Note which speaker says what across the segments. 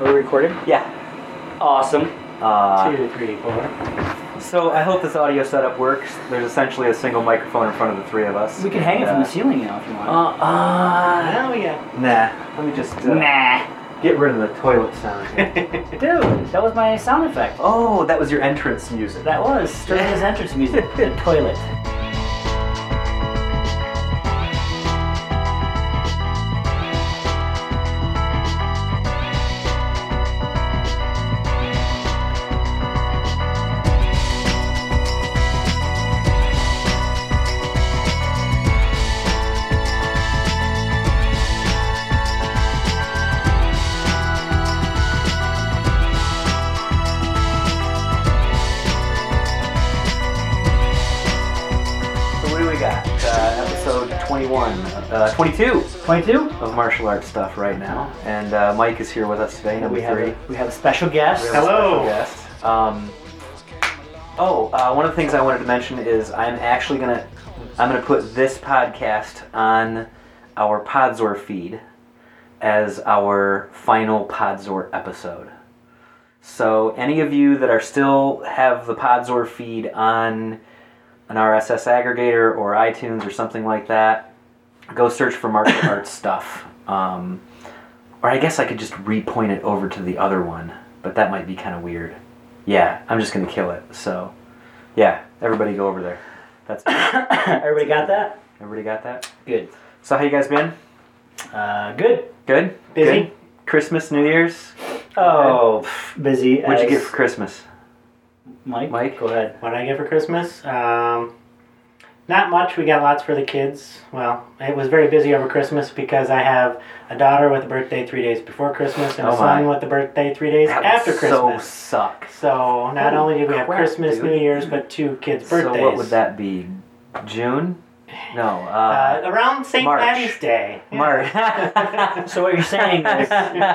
Speaker 1: Are we recording?
Speaker 2: Yeah. Awesome. Uh,
Speaker 1: Two, three, four.
Speaker 2: so I hope this audio setup works. There's essentially a single microphone in front of the three of us.
Speaker 3: We can hang it from
Speaker 2: Uh,
Speaker 3: the ceiling now if you
Speaker 2: Uh,
Speaker 3: want.
Speaker 2: uh,
Speaker 1: Now we got
Speaker 2: nah. Let me just uh,
Speaker 3: nah.
Speaker 2: get rid of the toilet sound.
Speaker 3: Dude, that was my sound effect.
Speaker 2: oh, that was your entrance music.
Speaker 3: That was Sterling's entrance music. The toilet.
Speaker 2: So what do we got? Uh, episode 21, uh, 22
Speaker 3: 22.
Speaker 2: of martial arts stuff right now, and uh, Mike is here with us today. Number
Speaker 3: we have
Speaker 2: three.
Speaker 3: a, we have a special guest.
Speaker 2: We have a
Speaker 1: Hello.
Speaker 2: special guest. Um, oh, uh, one of the things I wanted to mention is I'm actually gonna I'm gonna put this podcast on our Podzor feed as our final Podzor episode. So any of you that are still have the Podzor feed on an RSS aggregator or iTunes or something like that, go search for martial arts stuff. Um, or I guess I could just repoint it over to the other one, but that might be kind of weird. Yeah, I'm just gonna kill it. So, yeah, everybody go over there. That's
Speaker 3: Everybody got that?
Speaker 2: everybody got that.
Speaker 3: Good.
Speaker 2: So how you guys been?
Speaker 3: Uh, good.
Speaker 2: Good.
Speaker 3: Busy.
Speaker 2: Good? Christmas, New Year's.
Speaker 3: Oh, pff, busy.
Speaker 2: What'd you
Speaker 3: as-
Speaker 2: get for Christmas?
Speaker 3: Mike?
Speaker 2: Mike?
Speaker 3: Go ahead.
Speaker 1: what I get for Christmas. Um, not much. We got lots for the kids. Well, it was very busy over Christmas because I have a daughter with a birthday three days before Christmas and
Speaker 2: Oh
Speaker 1: a son
Speaker 2: my.
Speaker 1: with a birthday three days
Speaker 2: That would
Speaker 1: after
Speaker 2: so
Speaker 1: Christmas.
Speaker 2: sucks.
Speaker 1: So not
Speaker 2: Holy
Speaker 1: only did we have
Speaker 2: crap,
Speaker 1: Christmas,
Speaker 2: dude.
Speaker 1: New Year's, but two kids' birthdays.
Speaker 2: So what would that be? June? No.
Speaker 1: Uh,
Speaker 2: Uh,
Speaker 1: around St.
Speaker 2: March.
Speaker 1: Patty's Day. Yeah.
Speaker 2: March.
Speaker 3: So what you're saying is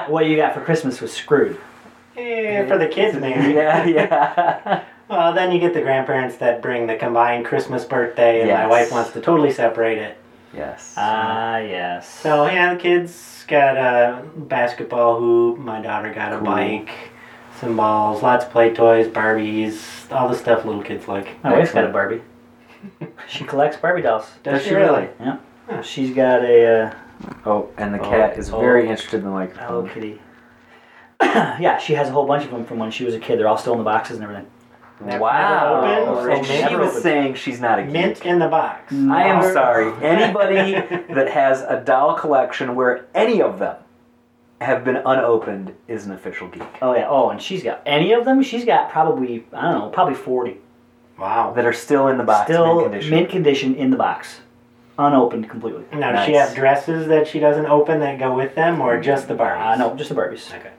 Speaker 3: what you got for Christmas was screwed.
Speaker 1: Yeah, for the kids, maybe.
Speaker 2: yeah, yeah.
Speaker 1: Well, then you get the grandparents that bring the combined Christmas birthday, and my
Speaker 2: Yes.
Speaker 1: wife wants to totally separate it.
Speaker 2: yes.
Speaker 1: Uh,
Speaker 3: Ah, yes.
Speaker 1: So yeah, the kids got a basketball hoop. My daughter got a
Speaker 2: Cool.
Speaker 1: bike, some balls, lots of play toys, Barbies, all the stuff little kids like.
Speaker 3: my wife's got a Barbie. Oh, she collects Barbie dolls.
Speaker 2: Does she really?
Speaker 3: She's got a uh,
Speaker 2: Oh, and the
Speaker 3: Oh,
Speaker 2: cat is
Speaker 3: oh.
Speaker 2: very interested in the
Speaker 1: Oh,
Speaker 3: Hello
Speaker 2: microphone.
Speaker 3: Kitty. Um, yeah, she has a whole bunch of them from when she was a kid. They're all still in the boxes and everything.
Speaker 1: Never
Speaker 2: wow.
Speaker 1: opened,
Speaker 2: And
Speaker 1: so
Speaker 2: she
Speaker 1: never
Speaker 2: was
Speaker 1: opened.
Speaker 2: saying she's not a geek.
Speaker 1: Mint in the box.
Speaker 2: I am
Speaker 3: Never-
Speaker 2: sorry. Anybody that has a doll collection where any of them have been unopened is an official geek.
Speaker 3: Oh yeah. Oh, and she's got any of them. She's got probably I don't know, probably forty
Speaker 1: Wow.
Speaker 2: That are still in the box,
Speaker 3: still
Speaker 2: mint condition.
Speaker 3: condition in the box, unopened completely.
Speaker 1: Now, does she
Speaker 2: Nice. Mm.
Speaker 1: have dresses that she doesn't open that go with them, or just the Barbies?
Speaker 3: Uh, no, just the Barbies.
Speaker 1: Okay.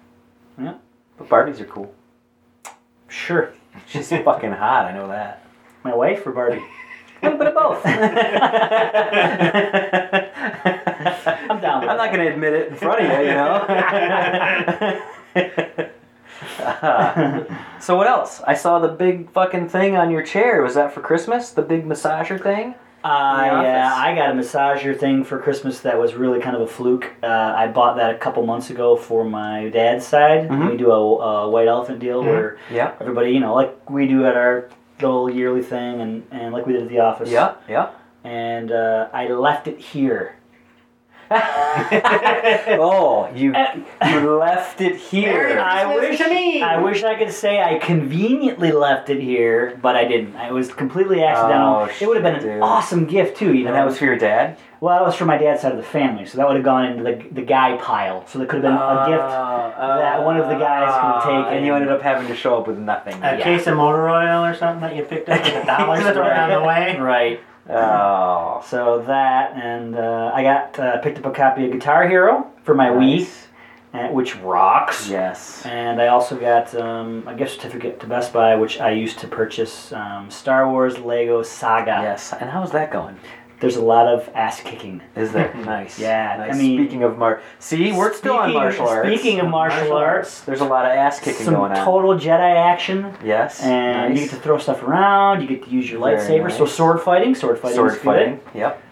Speaker 2: But Barbies are cool.
Speaker 3: Sure.
Speaker 2: She's fucking hot. I know that.
Speaker 3: My wife or Barbie?
Speaker 2: A little bit of both.
Speaker 3: I'm
Speaker 2: I'm
Speaker 3: down with
Speaker 2: I'm
Speaker 3: it.
Speaker 2: not going to admit it in front of you, you know. Uh, so what else? I saw the big fucking thing on your chair. Was that for Christmas? The big massager thing?
Speaker 3: Uh, yeah,
Speaker 2: office.
Speaker 3: I got a massager thing for Christmas that was really kind of a fluke. Uh, I bought that a couple months ago for my dad's side.
Speaker 2: Mhm.
Speaker 3: We do a, a white elephant deal where
Speaker 2: Yeah.
Speaker 3: everybody, you know, like we do at our little yearly thing and, and like we did at the office.
Speaker 2: Yeah. Yeah.
Speaker 3: And uh, I left it here.
Speaker 2: oh, you
Speaker 3: Eh.
Speaker 2: you left it
Speaker 1: Merry
Speaker 2: here.
Speaker 3: I
Speaker 1: Christmas
Speaker 3: wish-
Speaker 1: to me.
Speaker 3: I wish I could say I conveniently left it here, but I didn't. It was completely
Speaker 2: Oh,
Speaker 3: accidental. it would have been an
Speaker 2: shit, dude.
Speaker 3: awesome gift too, you know.
Speaker 2: And that was for your dad.
Speaker 3: well, that was for my dad's side of the family, so that would have gone into the the guy pile. So that could have been a gift. that one of the guys could take
Speaker 2: and you
Speaker 3: and-
Speaker 2: ended up having to show up with nothing.
Speaker 1: a
Speaker 3: yeah.
Speaker 1: case of motor oil or something that you picked up at the dollar store on the way.
Speaker 3: Right.
Speaker 2: Oh,
Speaker 3: So that, and uh, I got uh, picked up a copy of Guitar Hero for my
Speaker 2: nice.
Speaker 3: Wii, uh, which rocks.
Speaker 2: Yes.
Speaker 3: And I also got um, a gift certificate to Best Buy, which I used to purchase um, Star Wars Lego Saga.
Speaker 2: Yes. And how's that going?
Speaker 3: There's a lot of ass kicking.
Speaker 2: Is there nice?
Speaker 3: Yeah,
Speaker 2: Nice.
Speaker 3: I mean-
Speaker 2: speaking of mar, see, we're still on
Speaker 3: Speaking-
Speaker 2: martial arts.
Speaker 3: Speaking of martial,
Speaker 1: Martial
Speaker 3: arts,
Speaker 2: there's a lot of ass kicking
Speaker 3: some
Speaker 2: going on.
Speaker 3: total Jedi action,
Speaker 2: yes.
Speaker 3: and you
Speaker 2: nice.
Speaker 3: get to throw stuff around. You get to use your
Speaker 2: Very
Speaker 3: lightsaber. So
Speaker 2: nice.
Speaker 3: sword fighting, sword fighting,
Speaker 2: sword
Speaker 3: is good.
Speaker 2: fighting. Yep.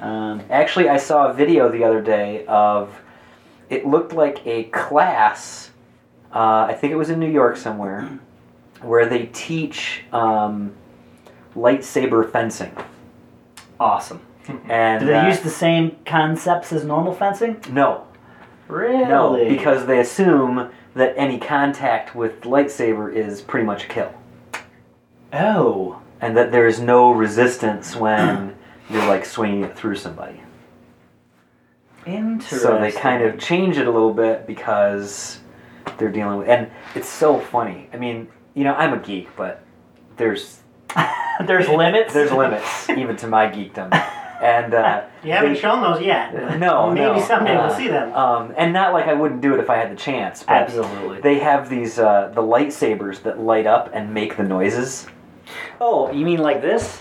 Speaker 3: Um,
Speaker 2: Actually, I saw a video the other day of it looked like a class uh, I think it was in New York somewhere, where they teach um, lightsaber fencing.
Speaker 3: Awesome.
Speaker 2: And
Speaker 3: Do they
Speaker 2: uh,
Speaker 3: use the same concepts as normal fencing?
Speaker 2: no,
Speaker 3: Really?
Speaker 2: no, because they assume that any contact with lightsaber is pretty much a kill,
Speaker 3: oh,
Speaker 2: and that there is no resistance when you're like swinging it through somebody.
Speaker 3: interesting.
Speaker 2: So they kind of change it a little bit because they're dealing with, and it's so funny. I mean, you know, I'm a geek, but there's
Speaker 3: there's limits.
Speaker 2: there's limits even to my geekdom, and uh,
Speaker 1: You haven't
Speaker 2: they-
Speaker 1: shown those yet. but
Speaker 2: no,
Speaker 1: Maybe
Speaker 2: no,
Speaker 1: someday
Speaker 2: uh,
Speaker 1: we'll see them.
Speaker 2: Um, and not like I wouldn't do it if I had the chance. But
Speaker 3: Absolutely.
Speaker 2: They have these uh, the lightsabers that light up and make the noises.
Speaker 3: oh, you mean like this?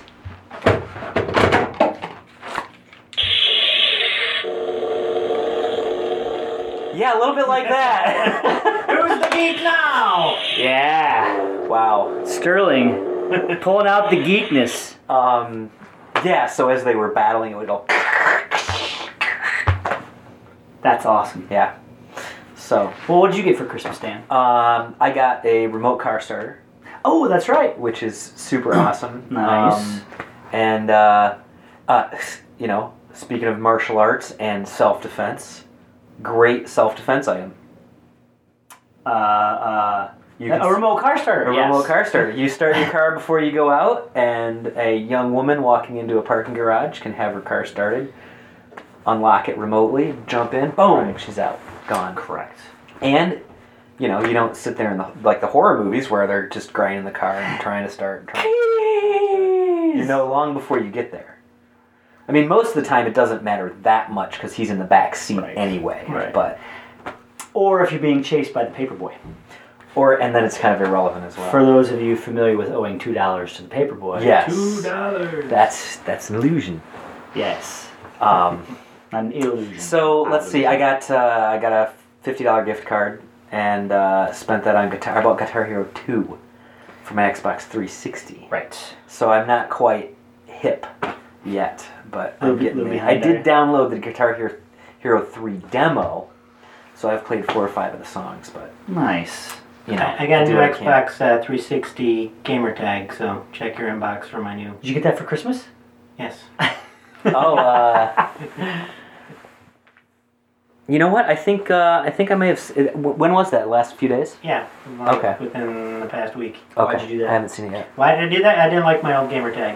Speaker 2: Yeah, a little bit like that.
Speaker 1: Who's the geek now?
Speaker 3: Yeah.
Speaker 2: wow.
Speaker 3: Sterling, pulling out the geekness.
Speaker 2: Um, yeah. So as they were battling, it would all
Speaker 3: That's awesome.
Speaker 2: yeah. So
Speaker 3: Well, what'd you get for Christmas, Dan?
Speaker 2: um, I got a remote car starter,
Speaker 3: Oh, that's right.
Speaker 2: which is super awesome.
Speaker 3: Nice.
Speaker 2: Um, and uh, uh, you know, speaking of martial arts and self defense, great self defense item.
Speaker 3: Uh, uh,
Speaker 2: You
Speaker 3: a
Speaker 2: s-
Speaker 3: remote car starter.
Speaker 2: A
Speaker 3: yes.
Speaker 2: remote car starter. You start your car before you go out, and a young woman walking into a parking garage can have her car started, unlock it remotely, jump in, boom, she's out, gone.
Speaker 3: Correct.
Speaker 2: And you know, you don't sit there in the like the horror movies where they're just grinding the car and trying to start. And trying, you know, long before you get there. I mean, most of the time it doesn't matter that much because he's in the back seat
Speaker 3: Right.
Speaker 2: anyway.
Speaker 3: Right.
Speaker 2: But
Speaker 3: Or if you're being chased by the paperboy.
Speaker 2: or and then it's kind of irrelevant as well.
Speaker 3: For those of you familiar with owing two dollars to the paperboy.
Speaker 2: yes,
Speaker 1: Two dollars.
Speaker 2: that's that's an illusion.
Speaker 3: Yes.
Speaker 2: Um,
Speaker 3: An illusion.
Speaker 2: So let's see. I got uh, I got a fifty dollar gift card and uh, spent that on guitar. I bought Guitar Hero Two for my Xbox Three Sixty.
Speaker 3: right.
Speaker 2: So I'm not quite hip yet, but I'm
Speaker 3: Little bit-
Speaker 2: getting
Speaker 3: little
Speaker 2: there. I
Speaker 3: behind
Speaker 2: did download the Guitar Hero Hero Three demo, so I've played four or five of the songs, but
Speaker 3: Nice.
Speaker 2: you know,
Speaker 1: I I got a
Speaker 2: do
Speaker 1: new
Speaker 2: what I can.
Speaker 1: Xbox uh, 360 gamer tag, so check your inbox for my new.
Speaker 3: Did you get that for Christmas?
Speaker 1: Yes.
Speaker 2: Oh, uh, you know what? I think uh, I think I may have. s- it- w- When was that? Last few days?
Speaker 1: Yeah. like
Speaker 2: Okay.
Speaker 1: Within the past week.
Speaker 3: Why'd you do that?
Speaker 2: I haven't seen it yet.
Speaker 1: Why did I do that? I didn't like my old gamer tag.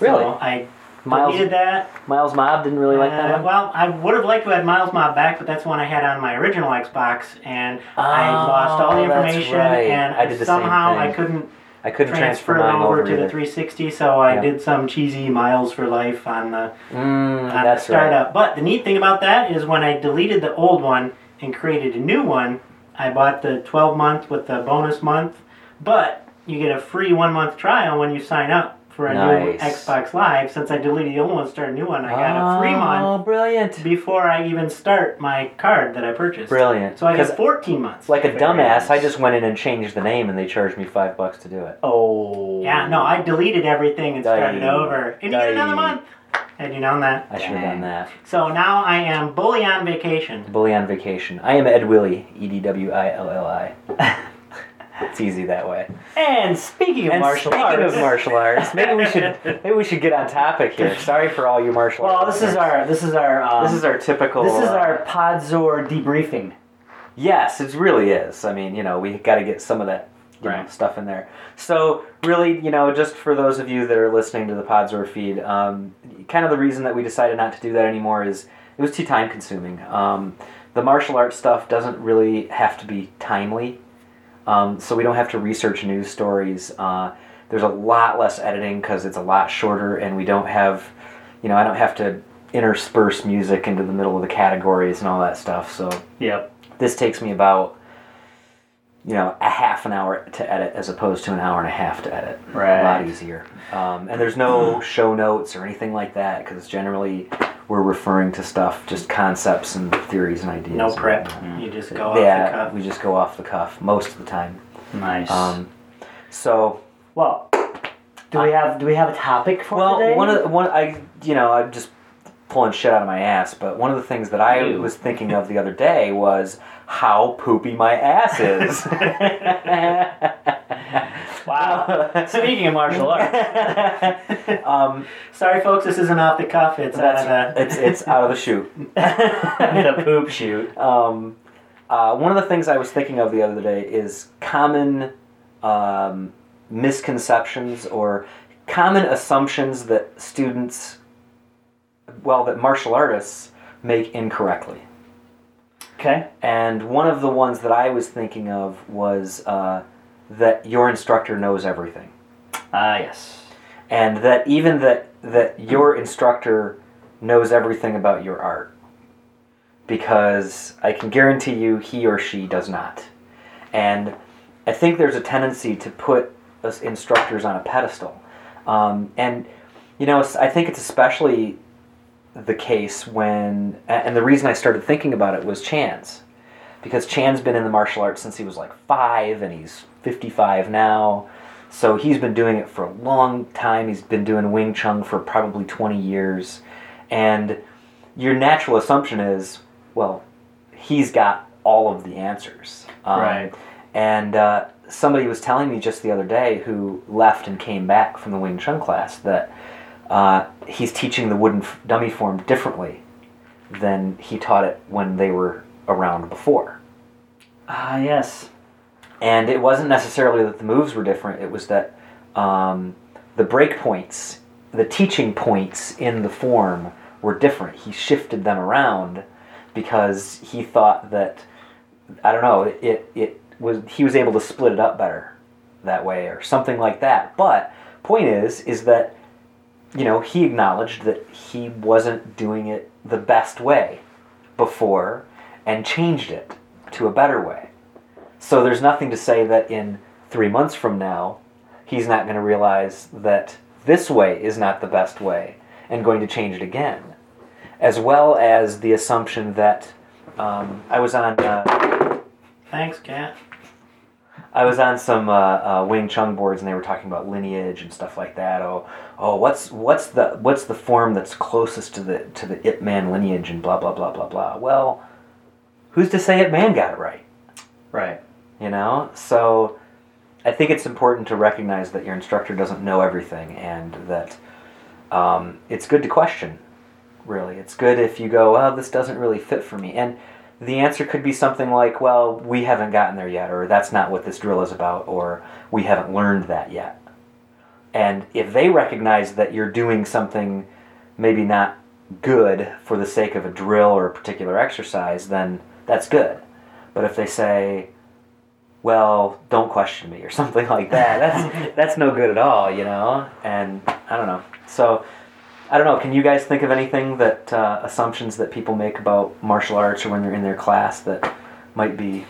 Speaker 2: Really?
Speaker 1: So I
Speaker 2: Miles
Speaker 1: deleted that.
Speaker 2: Miles Mob didn't really like that
Speaker 1: Uh,
Speaker 2: one.
Speaker 1: Well, I would have liked to have Miles Mob back, but that's one I had on my original Xbox, and I
Speaker 2: Oh,
Speaker 1: lost all the
Speaker 2: that's
Speaker 1: information,
Speaker 2: right.
Speaker 1: and
Speaker 2: I did the same
Speaker 1: somehow
Speaker 2: thing.
Speaker 1: I couldn't
Speaker 2: I couldn't transfer,
Speaker 1: transfer it
Speaker 2: mine
Speaker 1: over, to the
Speaker 2: either.
Speaker 1: 360, so I
Speaker 2: Yeah.
Speaker 1: did some cheesy Miles for Life on the
Speaker 2: Mm,
Speaker 1: on
Speaker 2: that's
Speaker 1: the Uh, startup.
Speaker 2: right.
Speaker 1: But the neat thing about that is when I deleted the old one and created a new one, I bought the 12 month with the bonus month, but you get a free one month trial when you sign up for a new
Speaker 2: Nice.
Speaker 1: Xbox Live. Since I deleted the old one and started a new one, I got a free month
Speaker 2: Oh, brilliant!
Speaker 1: before I even start my card that I purchased.
Speaker 2: Brilliant.
Speaker 1: So I
Speaker 2: Because
Speaker 1: get 14 months.
Speaker 2: like a
Speaker 3: Very
Speaker 2: dumbass, I
Speaker 3: nice.
Speaker 2: just went in and changed the name, and they charged me five bucks to do it.
Speaker 3: Oh.
Speaker 1: yeah, no, I deleted everything and started
Speaker 2: Dang.
Speaker 1: over. And you get another
Speaker 2: Dang.
Speaker 1: month. Had you known that.
Speaker 2: I should have done
Speaker 3: Dang.
Speaker 2: that.
Speaker 1: So now I am bully on vacation.
Speaker 2: Bully on vacation. I am Ed Willie. E D W I L L I. It's easy that way.
Speaker 3: And speaking of
Speaker 2: And
Speaker 3: martial
Speaker 2: speaking
Speaker 3: arts.
Speaker 2: of martial arts, maybe we should maybe we should get on topic here. Sorry for all you martial
Speaker 3: well,
Speaker 2: arts.
Speaker 3: this is our this is our um,
Speaker 2: this is our typical.
Speaker 3: this is
Speaker 2: uh,
Speaker 3: our Podzor debriefing.
Speaker 2: Yes, it really is. I mean, you know, we got to get some of that you know,
Speaker 3: Right.
Speaker 2: stuff in there. So, really, you know, just for those of you that are listening to the Podzor feed, um, kind of the reason that we decided not to do that anymore is it was too time consuming. Um, the martial arts stuff doesn't really have to be timely, um, so we don't have to research news stories. Uh, there's a lot less editing because it's a lot shorter, and we don't have, you know, I don't have to intersperse music into the middle of the categories and all that stuff. So
Speaker 3: Yep.
Speaker 2: this takes me about you know a half an hour to edit as opposed to an hour and a half to edit a lot
Speaker 3: Right.
Speaker 2: easier um, and there's no show notes or anything like that because generally we're referring to stuff just concepts and theories and ideas
Speaker 1: No prep. You just go off
Speaker 2: yeah
Speaker 1: the cuff.
Speaker 2: we just go off the cuff most of the time
Speaker 3: Nice.
Speaker 2: um, so
Speaker 3: well, do we have do we have a topic for
Speaker 2: well
Speaker 3: today?
Speaker 2: one of the, one i you know i'm just pulling shit out of my ass but one of the things that i
Speaker 3: You.
Speaker 2: was thinking of the other day was how poopy my ass is.
Speaker 3: Wow. Speaking of martial arts,
Speaker 2: um,
Speaker 1: Sorry, folks, this isn't off the cuff. It's uh, out of the.
Speaker 2: it's it's out of the shoe.
Speaker 3: the poop shoot.
Speaker 2: Um, uh, one of the things I was thinking of the other day is common um, misconceptions or common assumptions that students, well, that martial artists make incorrectly.
Speaker 3: Okay.
Speaker 2: And one of the ones that I was thinking of was uh, that your instructor knows everything,
Speaker 3: Ah, yes.
Speaker 2: and that even that that your instructor knows everything about your art, because I can guarantee you he or she does not. And I think there's a tendency to put us instructors on a pedestal, um, and you know s- I think it's especially the case when a- and the reason I started thinking about it was Chan's because Chan's been in the martial arts since he was like 5 and he's 55 now. So he's been doing it for a long time. He's been doing Wing Chun for probably 20 years. And your natural assumption is, well, he's got all of the answers. Um,
Speaker 3: Right.
Speaker 2: And uh, somebody was telling me just the other day who left and came back from the Wing Chun class that uh, he's teaching the wooden f- dummy form differently than he taught it when they were around before.
Speaker 3: Ah, yes.
Speaker 2: And it wasn't necessarily that the moves were different, it was that um, the break points, the teaching points in the form were different. He shifted them around because he thought that, I don't know, it, it was, he was able to split it up better that way or something like that. But point is, is that, you know, he acknowledged that he wasn't doing it the best way before and changed it to a better way. So there's nothing to say that in three months from now, he's not going to realize that this way is not the best way and going to change it again. As well as the assumption that um, I was on uh,
Speaker 1: Thanks, Kat.
Speaker 2: I was on some uh, uh, Wing Chun boards and they were talking about lineage and stuff like that. Oh, oh, what's what's the what's the form that's closest to the to the Ip Man lineage and blah blah blah blah blah. Well, who's to say Ip Man got it right?
Speaker 3: Right.
Speaker 2: you know so i think it's important to recognize that your instructor doesn't know everything and that um, it's good to question really it's good if you go well this doesn't really fit for me and the answer could be something like well we haven't gotten there yet or that's not what this drill is about or we haven't learned that yet and if they recognize that you're doing something maybe not good for the sake of a drill or a particular exercise then that's good but if they say well, don't question me or something like that. That's that's no good at all, you know. And I don't know. So I don't know. Can you guys think of anything that uh, assumptions that people make about martial arts or when they're in their class that might be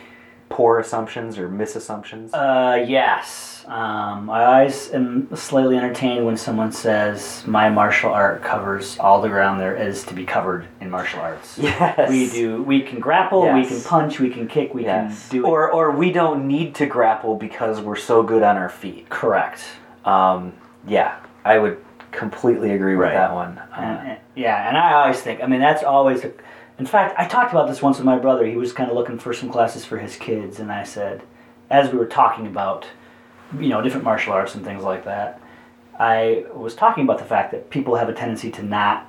Speaker 2: poor assumptions or misassumptions?
Speaker 3: Uh, yes. Um, I always am slightly entertained when someone says, "My martial art covers all the ground there is to be covered in martial arts."
Speaker 2: yes,
Speaker 3: We do. We can grapple. We
Speaker 2: Yes.
Speaker 3: can punch. We can kick. We
Speaker 2: Yes,
Speaker 3: can do it.
Speaker 2: or or we don't need to grapple because we're so good on our feet.
Speaker 3: correct.
Speaker 2: Um, yeah, I would completely agree with
Speaker 3: Right.
Speaker 2: that one.
Speaker 3: And-
Speaker 2: Uh,
Speaker 3: and- yeah, and I always think. I mean, that's always. A, in fact, I talked about this once with my brother. He was kind of looking for some classes for his kids, and I said, as we were talking about, you know, different martial arts and things like that, I was talking about the fact that people have a tendency to not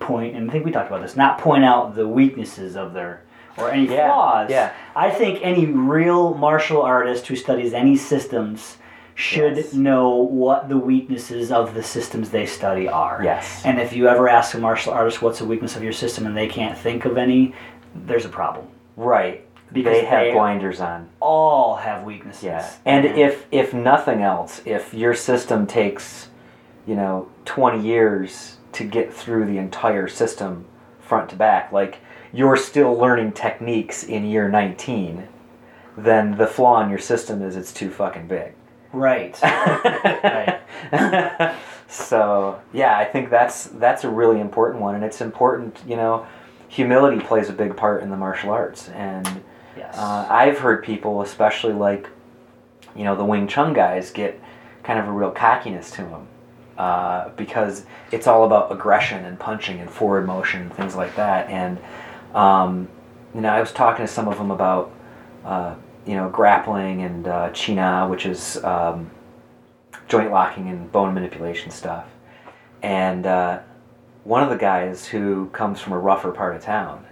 Speaker 3: point, and I think we talked about this, not point out the weaknesses of their or any
Speaker 2: Yeah,
Speaker 3: flaws.
Speaker 2: yeah.
Speaker 3: I think any real martial artist who studies any systems should
Speaker 2: Yes.
Speaker 3: know what the weaknesses of the systems they study are.
Speaker 2: yes.
Speaker 3: And if you ever ask a martial artist what's the weakness of your system and they can't think of any, there's a problem.
Speaker 2: Right.
Speaker 3: Because
Speaker 2: they have
Speaker 3: they-
Speaker 2: blinders on.
Speaker 3: All have weaknesses.
Speaker 2: Yeah. And if if nothing else, if your system takes, you know, 20 years to get through the entire system front to back, like you're still learning techniques in year 19, then the flaw in your system is it's too fucking big.
Speaker 3: right.
Speaker 2: so yeah, I think that's that's a really important one, and it's important. You know, humility plays a big part in the martial arts, and
Speaker 3: Yes.
Speaker 2: uh, I've heard people, especially like, you know, the Wing Chun guys, get kind of a real cockiness to them uh, because it's all about aggression and punching and forward motion and things like that, and um, you know, I was talking to some of them about, uh, you know, grappling and uh, china, which is um, joint locking and bone manipulation stuff. And uh, one of the guys who comes from a rougher part of town,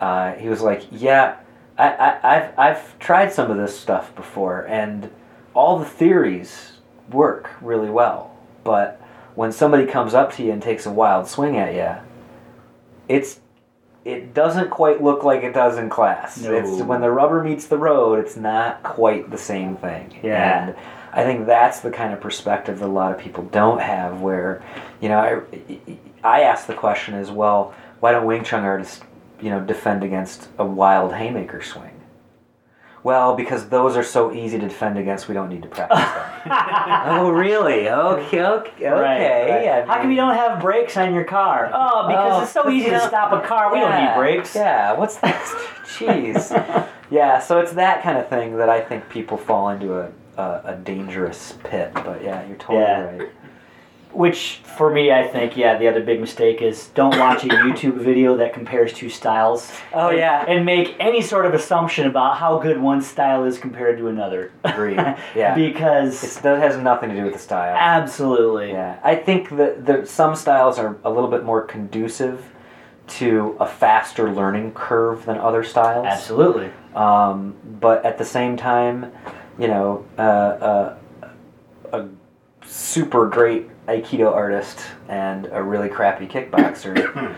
Speaker 2: uh, he was like, "Yeah, I, I, I've I've tried some of this stuff before, and all the theories work really well, but when somebody comes up to you and takes a wild swing at you, it's it doesn't quite look like it does in class.
Speaker 3: No.
Speaker 2: It's when the rubber meets the road, it's not quite the same thing.
Speaker 3: Yeah.
Speaker 2: And I think that's the kind of perspective that a lot of people don't have. Where, you know, I, I ask the question as well: Why don't Wing Chun artists, you know, defend against a wild haymaker swing? Well, because those are so easy to defend against, we don't need to practice them. oh, really? Okay, okay, okay.
Speaker 3: Right, right.
Speaker 2: I
Speaker 3: How come
Speaker 2: mean-
Speaker 3: you don't have brakes on your car? Oh, because
Speaker 2: Oh,
Speaker 3: it's so easy to
Speaker 2: no.
Speaker 3: stop a car. We don't
Speaker 2: Yeah,
Speaker 3: need brakes.
Speaker 2: Yeah, what's that? Jeez. yeah, so it's that kind of thing that I think people fall into a, a, a dangerous pit. But yeah, you're totally
Speaker 3: Yeah.
Speaker 2: right.
Speaker 3: Which for me, I think, yeah, the other big mistake is don't watch a YouTube video that compares two styles.
Speaker 2: Oh,
Speaker 3: and-
Speaker 2: yeah.
Speaker 3: and make any sort of assumption about how good one style is compared to another.
Speaker 2: Agreed. Yeah.
Speaker 3: because
Speaker 2: It's, that has nothing to do with the style.
Speaker 3: absolutely,
Speaker 2: Yeah, I think that the, some styles are a little bit more conducive to a faster learning curve than other styles.
Speaker 3: absolutely,
Speaker 2: Um, but at the same time, you know, uh, uh, a super great Aikido artist and a really crappy kickboxer.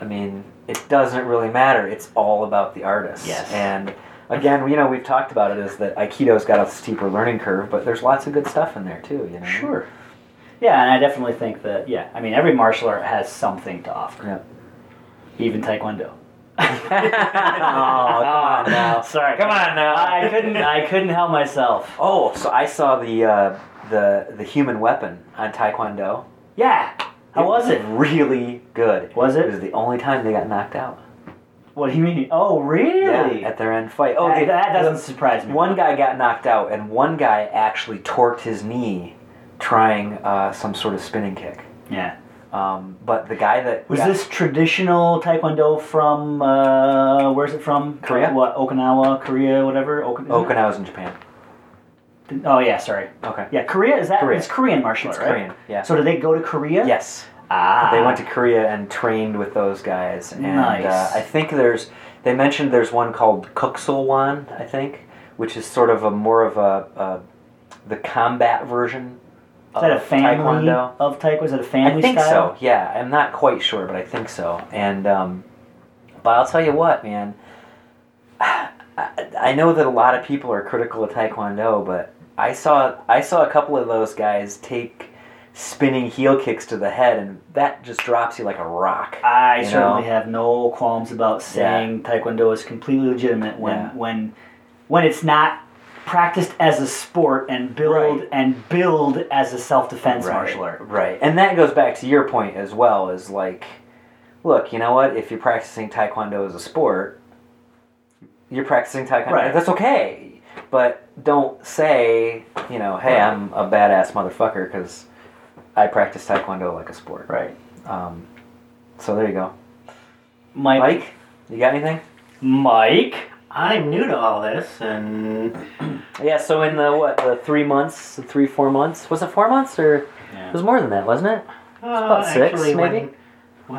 Speaker 2: I mean, it doesn't really matter. It's all about the artist.
Speaker 3: Yes.
Speaker 2: And again, you know, we've talked about it is that Aikido's got a steeper learning curve, but there's lots of good stuff in there too. You know.
Speaker 3: Yeah, and I definitely think that. Yeah, I mean, every martial art has something to offer.
Speaker 2: Yeah.
Speaker 3: Even Taekwondo.
Speaker 2: oh, come on now.
Speaker 3: Sorry.
Speaker 2: Come on now.
Speaker 3: I couldn't. I couldn't help myself.
Speaker 2: Oh, so I saw the uh, the the human weapon on Taekwondo.
Speaker 3: Yeah. How was it?
Speaker 2: Really good.
Speaker 3: Was it?
Speaker 2: It was the only time they got knocked out.
Speaker 3: What do you mean? Oh, really?
Speaker 2: Yeah, at their end fight. Oh,
Speaker 3: that,
Speaker 2: they-
Speaker 3: that doesn't surprise me.
Speaker 2: One guy got knocked out, and one guy actually torqued his knee trying uh, some sort of spinning kick.
Speaker 3: Yeah.
Speaker 2: Um, but the guy that
Speaker 3: Was
Speaker 2: got-
Speaker 3: this traditional Taekwondo from uh, where's it from?
Speaker 2: Korea?
Speaker 3: What Okinawa, Korea, whatever. Okin- is it-
Speaker 2: Okinawa's in Japan.
Speaker 3: Oh yeah, sorry.
Speaker 2: Okay.
Speaker 3: Yeah, Korea is that?
Speaker 2: Korea.
Speaker 3: It's Korean martial
Speaker 2: It's
Speaker 3: art, right?
Speaker 2: Korean, yeah.
Speaker 3: So did they go to Korea?
Speaker 2: Yes.
Speaker 3: Ah.
Speaker 2: They went to Korea and trained with those guys. And
Speaker 3: Nice.
Speaker 2: uh, I think there's, they mentioned there's one called Kuksulwan, I think, which is sort of a more of a, uh the combat version
Speaker 3: Is that a
Speaker 2: of
Speaker 3: family
Speaker 2: Taekwondo.
Speaker 3: of Taekwondo? Is that a family
Speaker 2: I think
Speaker 3: style?
Speaker 2: so. Yeah, I'm not quite sure, but I think so. And um, but I'll tell you what, man. I, I know that a lot of people are critical of Taekwondo, but I saw I saw a couple of those guys take spinning heel kicks to the head, and that just drops you like a rock.
Speaker 3: I
Speaker 2: you
Speaker 3: certainly
Speaker 2: know?
Speaker 3: have no qualms about saying Taekwondo is completely legitimate when
Speaker 2: Yeah.
Speaker 3: when when it's not practiced as a sport and build
Speaker 2: Right.
Speaker 3: and build as a self defense
Speaker 2: right,
Speaker 3: martial art.
Speaker 2: right? And that goes back to your point as well. Is like, look, you know what? If you're practicing Taekwondo as a sport, you're practicing Taekwondo.
Speaker 3: Right.
Speaker 2: That's okay. But don't say, you know, hey, I'm a badass motherfucker because I practice Taekwondo like a sport.
Speaker 3: Right.
Speaker 2: Um, so there you go.
Speaker 3: Mike
Speaker 2: Mike, you got anything?
Speaker 3: Mike.
Speaker 1: I'm new to all this, and
Speaker 2: Yeah. So in the what the three months, the three four months? Was it four months or it was more than that, wasn't it?
Speaker 1: uh,
Speaker 2: about six,
Speaker 1: actually,
Speaker 2: maybe?
Speaker 1: When,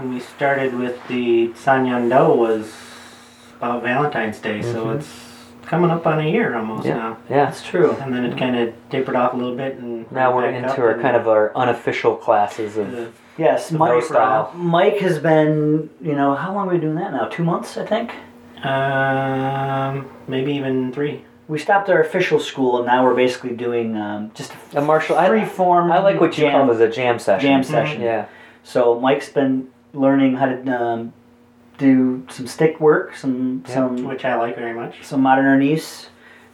Speaker 1: when we started with the Sanyan Do was about Valentine's Day, so it's coming up on a year almost now.
Speaker 2: Mm-hmm. Yeah.
Speaker 3: That's true.
Speaker 1: And then it kind of tapered off a little bit, and
Speaker 2: Now we're
Speaker 1: back
Speaker 2: into
Speaker 1: up
Speaker 2: our
Speaker 1: and-
Speaker 2: kind of our unofficial classes
Speaker 1: the-
Speaker 2: of
Speaker 3: Yes,
Speaker 2: no
Speaker 3: Mike
Speaker 2: style.
Speaker 3: Mike has been, you know, how long are we doing that now? Two months, I think.
Speaker 1: Um, maybe even three.
Speaker 3: We stopped our official school, and now we're basically doing um, just
Speaker 2: a martial. I,
Speaker 3: free form.
Speaker 2: I like what you call as a jam session. Mm-hmm.
Speaker 3: jam session.
Speaker 2: Yeah.
Speaker 3: So Mike's been learning how to um, do some stick work, some
Speaker 2: Yeah.
Speaker 3: some
Speaker 1: Which I like very much.
Speaker 3: some modern Ernese,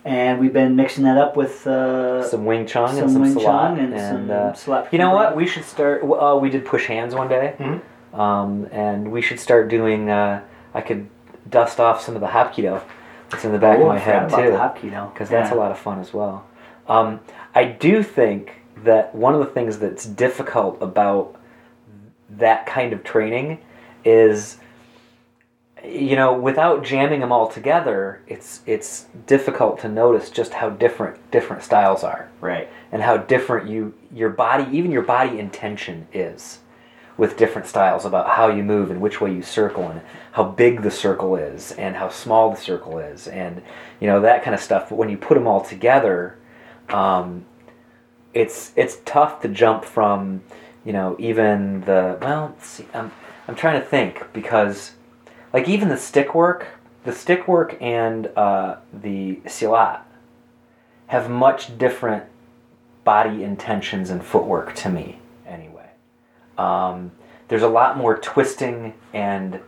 Speaker 3: and we've been mixing that up with uh,
Speaker 2: Some Wing Chun
Speaker 3: some
Speaker 2: and some
Speaker 3: Wing
Speaker 2: Salat
Speaker 3: Chun and, some
Speaker 2: uh,
Speaker 3: slap.
Speaker 2: you know what? We should start. w- Uh, we did push hands one day,
Speaker 1: Mhm.
Speaker 3: Mm-hmm.
Speaker 2: um, and we should start doing. Uh, I could dust off some of the Hapkido. It's in the back
Speaker 3: Oh,
Speaker 2: of my head too. because that's a lot of fun as well. Um, I do think that one of the things that's difficult about that kind of training is you know, without jamming them all together, it's it's difficult to notice just how different different styles are
Speaker 3: Right.
Speaker 2: and how different you your body, even your body intention is with different styles about how you move and which way you circle and how big the circle is and how small the circle is and you know that kind of stuff. But when you put them all together, um, it's it's tough to jump from you know even the well let's see I'm I'm trying to think because like even the stick work the stick work and uh, the silat have much different body intentions and footwork to me anyway um, there's a lot more twisting and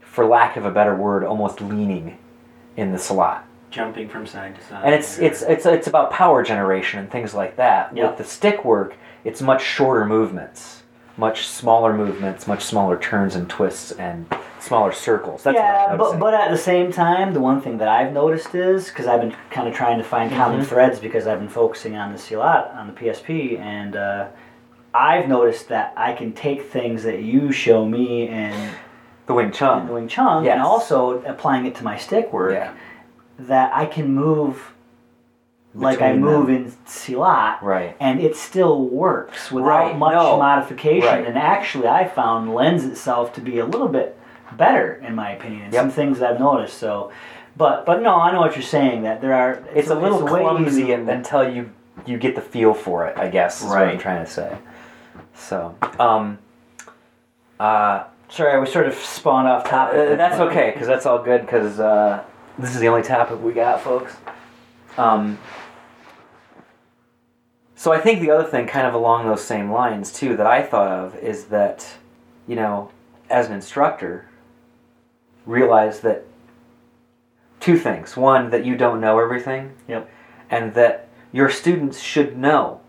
Speaker 2: for lack of a better word almost leaning in the silat
Speaker 1: Jumping from side to side.
Speaker 2: and it's it's it's it's about power generation and things like that.
Speaker 3: Yeah.
Speaker 2: With the stick work, it's much shorter movements, much smaller movements, much smaller turns and twists and smaller circles. That's what
Speaker 3: yeah,
Speaker 2: I'm
Speaker 3: but,
Speaker 2: noticing.
Speaker 3: but at the same time, the one thing that I've noticed is because I've been kind of trying to find
Speaker 2: Mm-hmm.
Speaker 3: common threads because I've been focusing on the Silat on the PSP, and uh, I've noticed that I can take things that you show me and
Speaker 2: the Wing Chun.
Speaker 3: Wing Chun,
Speaker 2: Yes.
Speaker 3: and also applying it to my stick work,
Speaker 2: Yeah.
Speaker 3: that I can move like I
Speaker 2: Between
Speaker 3: move
Speaker 2: them.
Speaker 3: in Silat,
Speaker 2: Right.
Speaker 3: and it still works without
Speaker 2: Right,
Speaker 3: much
Speaker 2: no.
Speaker 3: modification.
Speaker 2: Right.
Speaker 3: And actually, I found lends itself to be a little bit better, in my opinion. in Some
Speaker 2: Yep.
Speaker 3: things that I've noticed. So, but but no, I know what you're saying. That there are
Speaker 2: It's, a little
Speaker 3: way
Speaker 2: clumsy
Speaker 3: you-
Speaker 2: and- until you you get the feel for it. I guess is what I'm
Speaker 3: Right.
Speaker 2: trying to say. So, um, uh,
Speaker 3: Sorry, we sort of spawned off topic.
Speaker 2: Uh, that's okay, because that's all good, because uh, this is the only topic we got, folks. Um, so I think the other thing, kind of along those same lines, too, that I thought of is that, you know, as an instructor, realize that two things. One, that you don't know everything,
Speaker 3: Yep.
Speaker 2: and that your students should know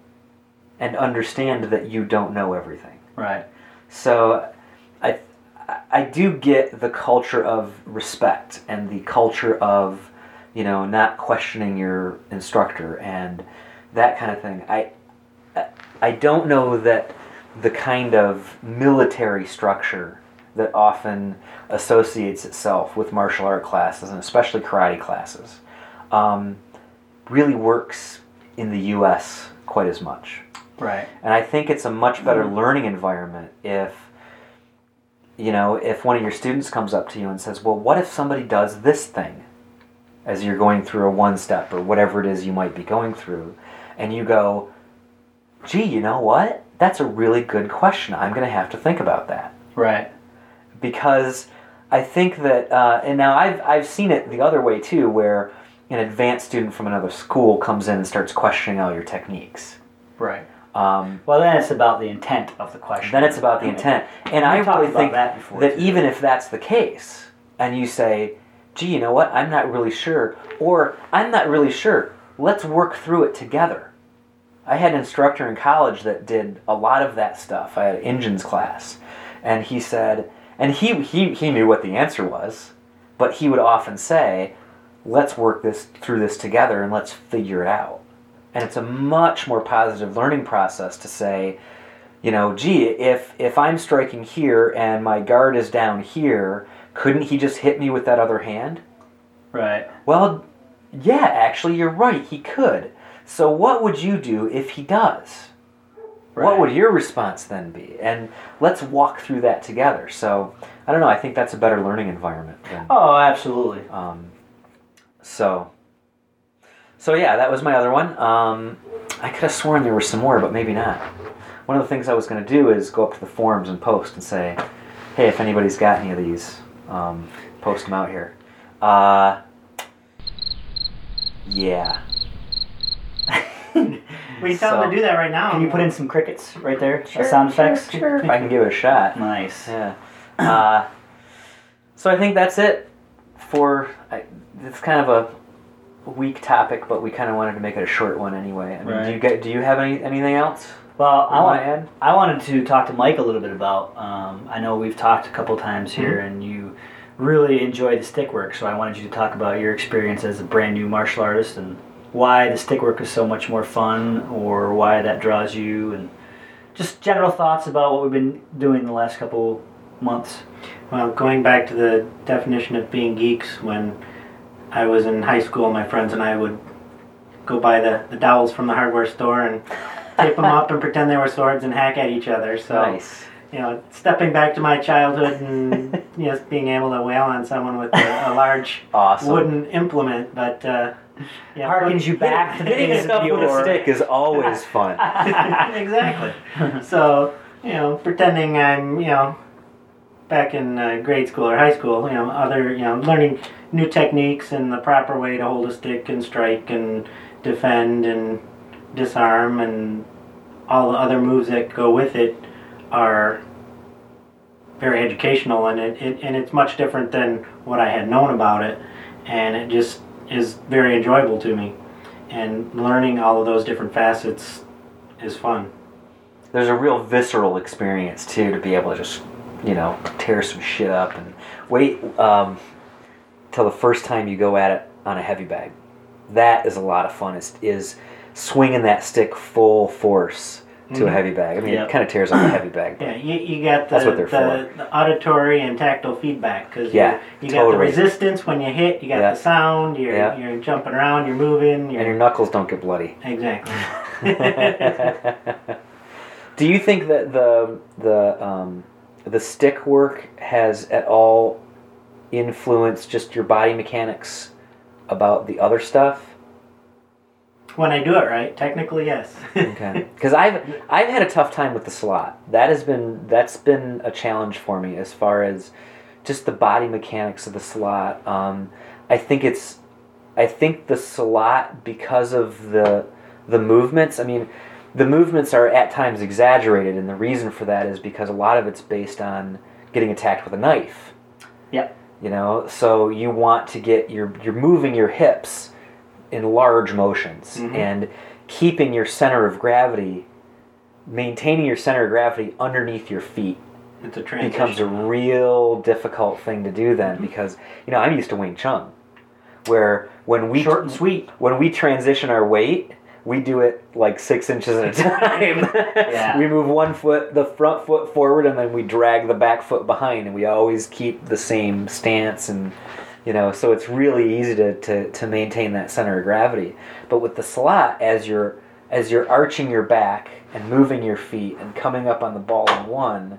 Speaker 2: and understand that you don't know everything.
Speaker 3: Right.
Speaker 2: So, I I do get the culture of respect and the culture of you know not questioning your instructor and that kind of thing. I I don't know that the kind of military structure that often associates itself with martial art classes and especially karate classes um, really works in the U.S. quite as much.
Speaker 3: Right.
Speaker 2: And I think it's a much better learning environment if, you know, if one of your students comes up to you and says, well, what if somebody does this thing as you're going through a one step or whatever it is you might be going through? And you go, gee, you know what? That's a really good question. I'm going to have to think about that
Speaker 3: Right.
Speaker 2: because I think that, uh, and now I've, I've seen it the other way too, where an advanced student from another school comes in and starts questioning all your techniques.
Speaker 3: Right.
Speaker 2: Um,
Speaker 3: Well, then it's about the intent of the question.
Speaker 2: then it's about the intent. And I
Speaker 3: We talked
Speaker 2: really
Speaker 3: about
Speaker 2: think
Speaker 3: that
Speaker 2: that,
Speaker 3: before, too.
Speaker 2: even if that's the case, and you say, gee, you know what, I'm not really sure, or I'm not really sure, let's work through it together. I had an instructor in college that did a lot of that stuff. I had an engines class. And he said, and he, he, he knew what the answer was, but he would often say, let's work this through this together and let's figure it out. And it's a much more positive learning process to say, you know, gee, if if I'm striking here and my guard is down here, couldn't he just hit me with that other hand?
Speaker 3: Right.
Speaker 2: Well, yeah, actually you're right, he could. So what would you do if he does? What
Speaker 3: Right.
Speaker 2: would your response then be? And let's walk through that together. So, I don't know, I think that's a better learning environment than
Speaker 3: Oh, absolutely.
Speaker 2: um, so, so yeah, that was my other one. Um, I could have sworn there were some more, but maybe not. One of the things I was going to do is go up to the forums and post and say, "Hey, if anybody's got any of these, um, post them out here." Uh, yeah.
Speaker 1: we tell them
Speaker 2: so-
Speaker 1: to do that right now.
Speaker 3: Can you put in some crickets right there? Sure, sound effects.
Speaker 2: If I can give it a shot.
Speaker 3: Nice.
Speaker 2: Yeah. Uh, so I think that's it for. I, it's kind of a weak topic, but we kind of wanted to make it a short one anyway. I mean, do you
Speaker 3: Right.
Speaker 2: get? Do you have any anything else?
Speaker 3: Well, I
Speaker 2: you
Speaker 3: want
Speaker 2: wanna add?
Speaker 3: I wanted to talk to Mike a little bit about. Um, I know we've talked a couple times here, and you really enjoy the stick work. So I wanted you to talk about your experience as a brand new martial artist and why the stick work is so much more fun, or why that draws you, and just general thoughts about what we've been doing the last couple months.
Speaker 1: Well, going back to the definition of being geeks, when I was in high school, my friends and I would go buy the, the dowels from the hardware store and tape them up and pretend they were swords and hack at each other. So,
Speaker 2: Nice.
Speaker 1: you know, stepping back to my childhood and you know, being able to wail on someone with a, a large
Speaker 2: Awesome.
Speaker 1: wooden implement, but uh, yeah,
Speaker 3: Harkens you back to the
Speaker 2: Hitting
Speaker 3: days of
Speaker 2: stuff with a
Speaker 3: yore.
Speaker 2: stick is always fun.
Speaker 1: exactly. So, you know, pretending I'm, you know, back in uh, grade school or high school, you know, other, you know, learning new techniques and the proper way to hold a stick and strike and defend and disarm and all the other moves that go with it are very educational and it, it and it's much different than what I had known about it and it just is very enjoyable to me and learning all of those different facets is fun.
Speaker 2: There's a real visceral experience too to be able to just, you know, tear some shit up and wait um, till the first time you go at it on a heavy bag. That is a lot of fun. Is is swinging that stick full force to a
Speaker 1: Mhm.
Speaker 2: heavy bag. I mean,
Speaker 3: Yep.
Speaker 2: it kind of tears up a heavy bag. But
Speaker 1: Yeah, you, you got the,
Speaker 2: That's what they're
Speaker 1: the, the auditory and tactile feedback because
Speaker 2: Yeah,
Speaker 1: you, you got the
Speaker 2: totally.
Speaker 1: resistance when you hit, you got
Speaker 2: Yeah.
Speaker 1: the sound, you're,
Speaker 2: Yeah.
Speaker 1: you're jumping around, you're moving,
Speaker 2: And your
Speaker 1: you're.
Speaker 2: knuckles don't get bloody.
Speaker 1: Exactly.
Speaker 2: Do you think that the the um, the stick work has at all influenced just your body mechanics about the other stuff?
Speaker 1: when I do it right, technically, yes.
Speaker 2: Okay, because I've I've had a tough time with the slot. That has been that's been a challenge for me as far as just the body mechanics of the slot. Um, I think it's I think the slot because of the the movements. I mean, the movements are at times exaggerated, and the reason for that is because a lot of it's based on getting attacked with a knife.
Speaker 3: Yep.
Speaker 2: You know, so you want to get your you're moving your hips in large motions
Speaker 1: Mhm.
Speaker 2: and keeping your center of gravity, maintaining your center of gravity underneath your feet
Speaker 1: it's a transition.
Speaker 2: becomes a real difficult thing to do then
Speaker 3: Mm-hmm.
Speaker 2: because you know I'm used to Wing Chun, where when we
Speaker 3: Short and sweet.
Speaker 2: when we transition our weight, we do it like six inches at a time.
Speaker 3: Yeah.
Speaker 2: we move one foot, the front foot forward, and then we drag the back foot behind, and we always keep the same stance. And, you know, so it's really easy to, to, to maintain that center of gravity. But with the slot, as you're, as you're arching your back and moving your feet and coming up on the ball in one,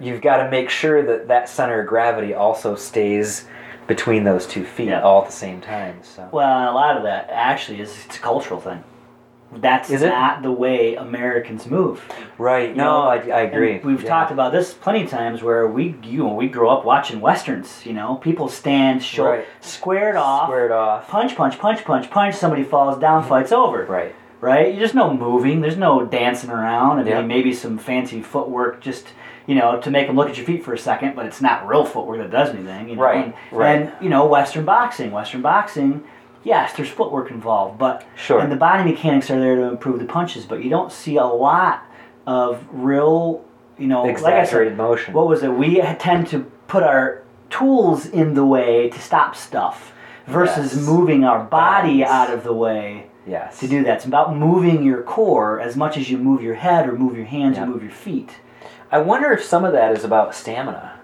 Speaker 2: you've got to make sure that that center of gravity also stays between those two feet
Speaker 3: Yeah.
Speaker 2: all at the same time. So.
Speaker 3: Well, a lot of that actually is it's a cultural thing. That's
Speaker 2: Is it?
Speaker 3: not the way Americans move.
Speaker 2: Right.
Speaker 3: You
Speaker 2: No,
Speaker 3: know,
Speaker 2: I, I agree.
Speaker 3: And we've
Speaker 2: Yeah.
Speaker 3: talked about this plenty of times where we you know, we grow up watching westerns, you know. People stand short,
Speaker 2: Right.
Speaker 3: squared off,
Speaker 2: Squared off. Mm-hmm.
Speaker 3: punch, punch, punch, punch, punch, somebody falls down, fight's over.
Speaker 2: Right.
Speaker 3: Right? There's no moving, there's no dancing around, and
Speaker 2: Yeah.
Speaker 3: maybe some fancy footwork just you know, to make them look at your feet for a second, but it's not real footwork that does anything. You know?
Speaker 2: Right,
Speaker 3: And,
Speaker 2: right.
Speaker 3: and, you know, Western boxing. Western boxing, yes, there's footwork involved, but
Speaker 2: Sure.
Speaker 3: and the body mechanics are there to improve the punches, but you don't see a lot of real, you know, like I
Speaker 2: Exaggerated
Speaker 3: said,
Speaker 2: motion.
Speaker 3: what was it? We tend to put our tools in the way to stop stuff versus
Speaker 2: Yes.
Speaker 3: moving our body
Speaker 2: Balance.
Speaker 3: out of the way
Speaker 2: yes.
Speaker 3: to do that. It's about moving your core as much as you move your head or move your hands
Speaker 2: Yeah.
Speaker 3: or move your feet.
Speaker 2: I wonder if some of that is about stamina,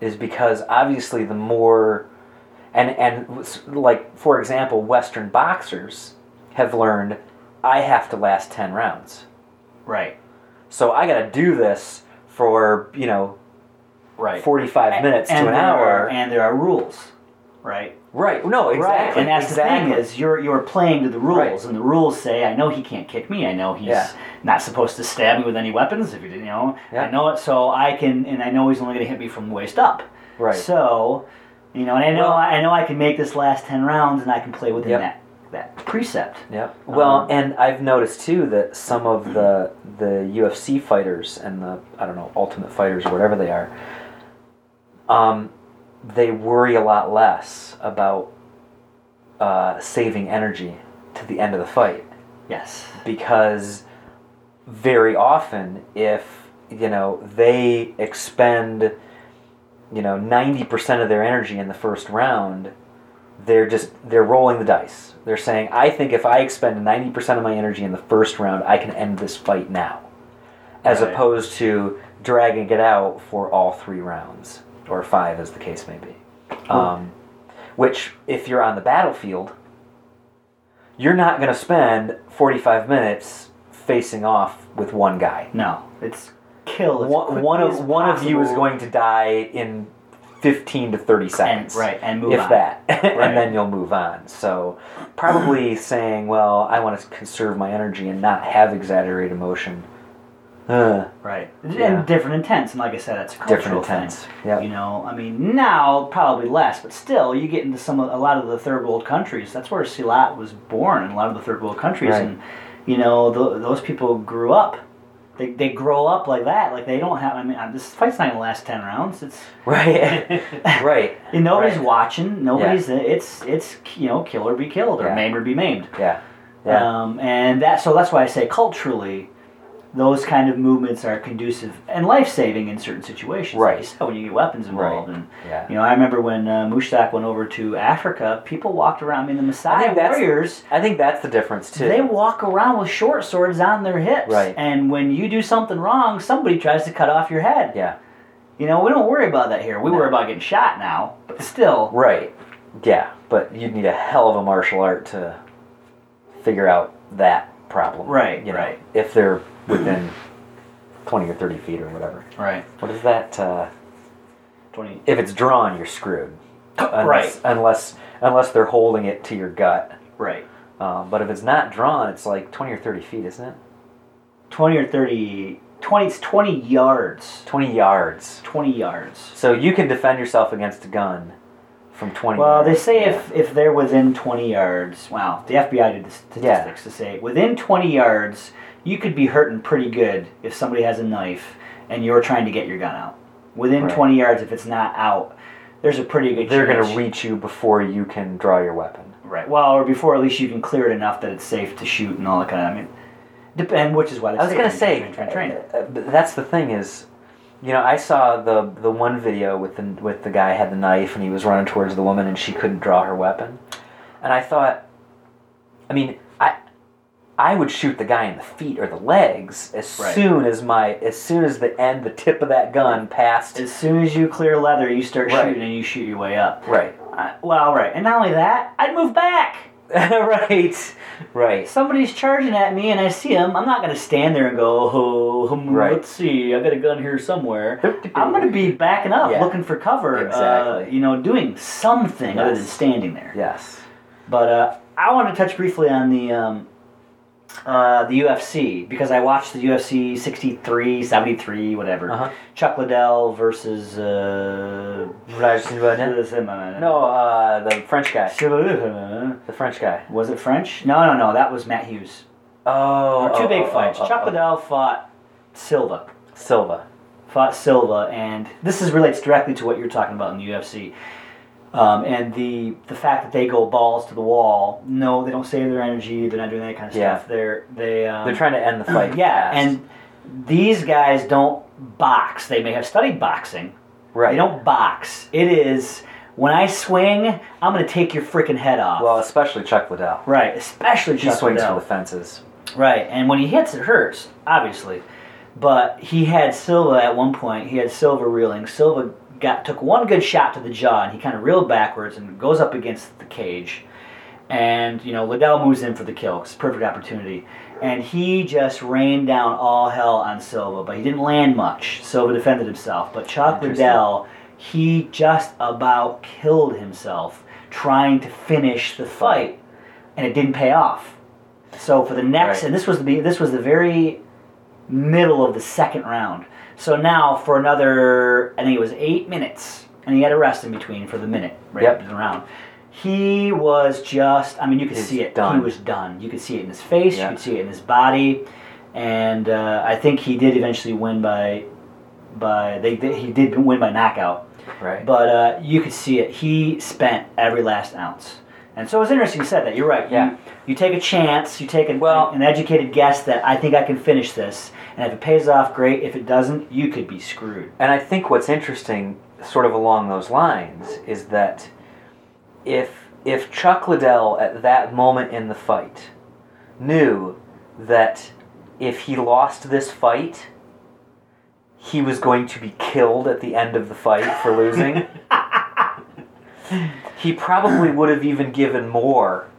Speaker 2: is because obviously the more, and and s- like for example, Western boxers have learned, I have to last ten rounds,
Speaker 3: Right.
Speaker 2: so I got to do this for you know
Speaker 3: Right.
Speaker 2: forty five minutes to an
Speaker 3: there
Speaker 2: hour.
Speaker 3: Are, and there are rules. Right.
Speaker 2: right. No. Exactly.
Speaker 3: Right, and that's
Speaker 2: exactly.
Speaker 3: the thing is you're you're playing to the rules,
Speaker 2: Right.
Speaker 3: and the rules say I know he can't kick me. I know he's
Speaker 2: Yeah.
Speaker 3: not supposed to stab me with any weapons if you didn't you know.
Speaker 2: Yeah.
Speaker 3: I know it, so I can, and I know he's only going to hit me from the waist up.
Speaker 2: Right.
Speaker 3: So, you know, and I know
Speaker 2: Well-
Speaker 3: I know I can make this last ten rounds, and I can play within
Speaker 2: Yep.
Speaker 3: that that precept.
Speaker 2: Yeah. Well,
Speaker 3: Um,
Speaker 2: and I've noticed too that some of the the UFC fighters and the I don't know Ultimate Fighters or whatever they are, um, they worry a lot less about uh, saving energy to the end of the fight
Speaker 3: Yes.
Speaker 2: because very often if you know they expend you know 90% of their energy in the first round they're just they're rolling the dice they're saying i think if i expend 90% of my energy in the first round i can end this fight now as
Speaker 3: Right.
Speaker 2: opposed to dragging it out for all three rounds or five, as the case may be. Um, which, if you're on the battlefield, you're not going to spend 45 minutes facing off with one guy.
Speaker 3: No, it's kill. As
Speaker 2: One,
Speaker 3: quickly
Speaker 2: one
Speaker 3: as
Speaker 2: of one of you is
Speaker 3: possible.
Speaker 2: going to die in 15 to 30 seconds.
Speaker 3: right, and move
Speaker 2: if
Speaker 3: on.
Speaker 2: that,
Speaker 3: Right.
Speaker 2: and then you'll move on. So probably saying, "Well, I want to conserve my energy and not have exaggerated emotion." Uh,
Speaker 3: Right.
Speaker 2: Yeah.
Speaker 3: And different intents. And like I said, that's a cultural
Speaker 2: Different
Speaker 3: thing.
Speaker 2: intents. Yep.
Speaker 3: You know, I mean, now probably less, but still, you get into some of, a lot of the third world countries. That's where Silat was born in a lot of the third world countries.
Speaker 2: Right.
Speaker 3: And, you know, th- those people grew up. They, they grow up like that. Like, they don't have, I mean, uh, this fight's not going to last 10 rounds. It's,
Speaker 2: right, right.
Speaker 3: and nobody's
Speaker 2: Right.
Speaker 3: watching. Nobody's, it's, it's, you know, kill or be killed or
Speaker 2: Yeah.
Speaker 3: maim or be maimed.
Speaker 2: Yeah, yeah,
Speaker 3: Um, and that so that's why I say culturally, those kind of movements are conducive and life saving in certain situations. Like you
Speaker 2: Right.
Speaker 3: said, when you get weapons involved,
Speaker 2: Right.
Speaker 3: and
Speaker 2: yeah.
Speaker 3: you know, I remember when uh, Mushtak went over to Africa, people walked around. I mean, the
Speaker 2: I
Speaker 3: Messiah
Speaker 2: think that's-
Speaker 3: warriors.
Speaker 2: I think that's the difference too.
Speaker 3: They walk around with short swords on their hips,
Speaker 2: Right.
Speaker 3: and when you do something wrong, somebody tries to cut off your head.
Speaker 2: yeah,
Speaker 3: You know, we don't worry about that here. We worry about getting shot now, but still,
Speaker 2: right. Yeah, but you need a hell of a martial art to figure out that problem.
Speaker 3: Right,
Speaker 2: you know,
Speaker 3: right.
Speaker 2: If they're within 20 or 30 feet or whatever.
Speaker 3: right?
Speaker 2: What is that? Uh,
Speaker 3: Twenty,
Speaker 2: if it's drawn, you're screwed. Unless,
Speaker 3: Right.
Speaker 2: Unless unless they're holding it to your gut.
Speaker 3: right?
Speaker 2: Um, but if it's not drawn, it's like 20 or 30 feet, isn't it?
Speaker 3: Twenty or thirty? Twenty? It's twenty yards.
Speaker 2: 20 yards.
Speaker 3: 20 yards.
Speaker 2: So you can defend yourself against a gun from 20.
Speaker 3: Well, they
Speaker 2: yards.
Speaker 3: say
Speaker 2: Yeah.
Speaker 3: if, if they're within 20 yards, wow, the FBI did the statistics
Speaker 2: Yeah.
Speaker 3: to say within 20 yards, you could be hurting pretty good if somebody has a knife and you're trying to get your gun out. Within
Speaker 2: Right.
Speaker 3: 20 yards, if it's not out, there's a pretty good
Speaker 2: they're
Speaker 3: chance.
Speaker 2: going to reach you before you can draw your weapon.
Speaker 3: Right. Well, or before at least you can clear it enough that it's safe to shoot and all that kind of. I mean, depend, which is why they
Speaker 2: I was going to say,
Speaker 3: train, train, train, train.
Speaker 2: uh, uh, but that's the thing is, you know, I saw the the one video with the with the guy had the knife and he was running towards the woman and she couldn't draw her weapon, and I thought, I mean, I I would shoot the guy in the feet or the legs as
Speaker 3: Right.
Speaker 2: soon as my as soon as the end the tip of that gun passed.
Speaker 3: As soon as you clear leather, you start
Speaker 2: Right.
Speaker 3: shooting and you shoot your way up.
Speaker 2: right,
Speaker 3: Uh, well, right. And not only that, I'd move back.
Speaker 2: right, right.
Speaker 3: somebody's charging at me and I see him, I'm not gonna stand there and go, oh, hmm,
Speaker 2: Right.
Speaker 3: let's see, I got a gun here somewhere. I'm gonna be backing up,
Speaker 2: Yeah.
Speaker 3: looking for cover, uh,
Speaker 2: Exactly.
Speaker 3: you know, doing something other than
Speaker 2: Yes.
Speaker 3: standing there.
Speaker 2: Yes.
Speaker 3: But uh, I want to touch briefly on the um, uh, the UFC because I watched the UFC 63, 73, whatever.
Speaker 2: Uh-huh.
Speaker 3: Chuck Liddell versus. Uh,
Speaker 2: No, uh, the French guy.
Speaker 3: No.
Speaker 2: The French guy.
Speaker 3: uh, Was it French? No, no, no. That was Matt Hughes.
Speaker 2: Oh,
Speaker 3: Or two
Speaker 2: oh,
Speaker 3: big
Speaker 2: oh,
Speaker 3: fights.
Speaker 2: oh, oh,
Speaker 3: Chuck
Speaker 2: oh.
Speaker 3: Liddell fought Silva.
Speaker 2: Silva.
Speaker 3: Fought Silva, and this is relates directly to what you're talking about in the UFC. Um, and the the fact that they go balls to the wall. No, they don't save their energy. They're not doing that kind of
Speaker 2: Yeah.
Speaker 3: stuff. They're they. Um,
Speaker 2: They're trying to end the fight.
Speaker 3: Yeah,
Speaker 2: fast.
Speaker 3: and these guys don't box. They may have studied boxing.
Speaker 2: right.
Speaker 3: They don't box. It is when I swing, I'm gonna take your freaking head off.
Speaker 2: Well, especially Chuck Liddell.
Speaker 3: right, especially
Speaker 2: He
Speaker 3: Chuck
Speaker 2: swings
Speaker 3: Liddell.
Speaker 2: for the fences.
Speaker 3: Right, and when he hits, it hurts, obviously. But he had Silva at one point. He had Silva reeling. Silva got took one good shot to the jaw, and he kind of reeled backwards and goes up against the cage. And you know, Liddell moves in for the kill. It's a perfect opportunity, and he just rained down all hell on Silva. But he didn't land much. Silva defended himself, but Chuck
Speaker 2: Interesting.
Speaker 3: Liddell, he just about killed himself trying to finish the fight, and it didn't pay off. So for the next,
Speaker 2: Right.
Speaker 3: and this was the this was the very middle of the second round. So now for another, I think it was eight minutes, and he had a rest in between for the minute right
Speaker 2: Yep.
Speaker 3: up to the round. He was just, I mean, you could
Speaker 2: He's
Speaker 3: see it.
Speaker 2: done.
Speaker 3: He was done. You could see it in his face.
Speaker 2: Yeah.
Speaker 3: You could see it in his body, and uh, I think he did eventually win by by they, they he did win by knockout.
Speaker 2: Right.
Speaker 3: But uh, you could see it. He spent every last ounce. And so it was interesting you said that. You're right. You-
Speaker 2: Yeah.
Speaker 3: You, take a chance, you take an,
Speaker 2: Well-
Speaker 3: an educated guess that I think I can finish this. And if it pays off, great. If it doesn't, you could be screwed.
Speaker 2: and I think what's interesting, sort of along those lines, is that if if Chuck Liddell at that moment in the fight knew that if he lost this fight, he was going to be killed at the end of the fight for losing. he probably would have even given more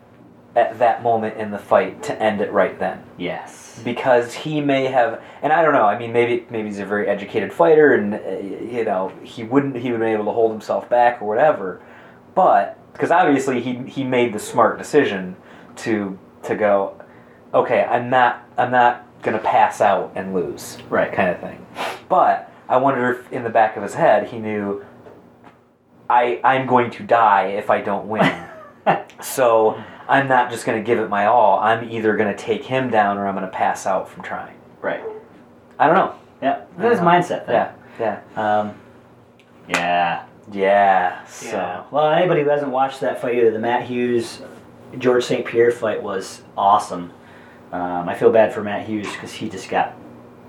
Speaker 2: at that moment in the fight to end it right then
Speaker 3: Yes.
Speaker 2: because he may have and I don't know I mean maybe maybe he's a very educated fighter and uh, you know he wouldn't he would have been able to hold himself back or whatever but because obviously he he made the smart decision to to go okay I'm not I'm not gonna pass out and lose
Speaker 3: Right.
Speaker 2: kind of thing but I wonder if in the back of his head he knew I I'm going to die if I don't win so I'm not just going to give it my all. I'm either going to take him down or I'm going to pass out from trying.
Speaker 3: Right.
Speaker 2: I don't know.
Speaker 3: Yeah. That's
Speaker 2: Yeah.
Speaker 3: mindset. Thing.
Speaker 2: Yeah, yeah,
Speaker 3: Um, yeah.
Speaker 2: yeah. So
Speaker 1: Yeah.
Speaker 3: Well, anybody who hasn't watched that fight either, the Matt Hughes George St. Pierre fight was awesome. Um, I feel bad for Matt Hughes because he just got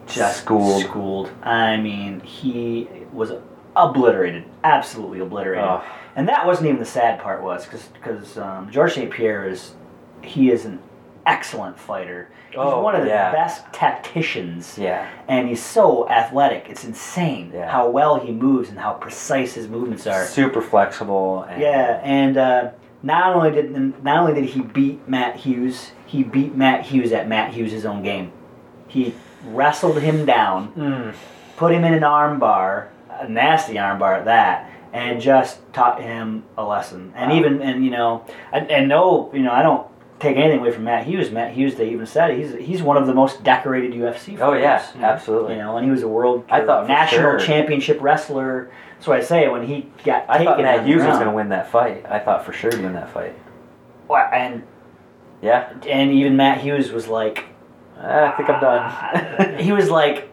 Speaker 3: just
Speaker 2: Schooled.
Speaker 3: Schooled. I mean, he was obliterated, absolutely obliterated.
Speaker 2: Ugh.
Speaker 3: And that wasn't even the sad part was because um, George St. Pierre is he is an excellent fighter. He's
Speaker 2: Oh,
Speaker 3: one of the
Speaker 2: yeah.
Speaker 3: best tacticians
Speaker 2: yeah,
Speaker 3: and he's so athletic. It's insane
Speaker 2: Yeah.
Speaker 3: how well he moves and how precise his movements are.
Speaker 2: super flexible. And
Speaker 3: Yeah, and uh, not only did not only did he beat Matt Hughes, he beat Matt Hughes at Matt Hughes' own game. He wrestled him down,
Speaker 2: Mm.
Speaker 3: put him in an arm bar, a nasty arm bar at that, and just taught him a lesson. And
Speaker 2: Wow.
Speaker 3: even and you know, and, and no, you know, I don't take anything away from Matt Hughes. Matt Hughes, they even said he's he's one of the most decorated UFC.
Speaker 2: Oh
Speaker 3: fighters.
Speaker 2: yeah, absolutely.
Speaker 3: You know, and he was a world
Speaker 2: I thought for
Speaker 3: national
Speaker 2: sure.
Speaker 3: championship wrestler. That's what I say when he got
Speaker 2: I
Speaker 3: taken
Speaker 2: thought
Speaker 3: on
Speaker 2: Matt
Speaker 3: the
Speaker 2: Hughes was
Speaker 3: ground.
Speaker 2: going to win that fight. I thought for sure he'd win that fight.
Speaker 3: Well, and
Speaker 2: Yeah,
Speaker 3: and even Matt Hughes was like, Ah,
Speaker 2: I think I'm done.
Speaker 3: he was like,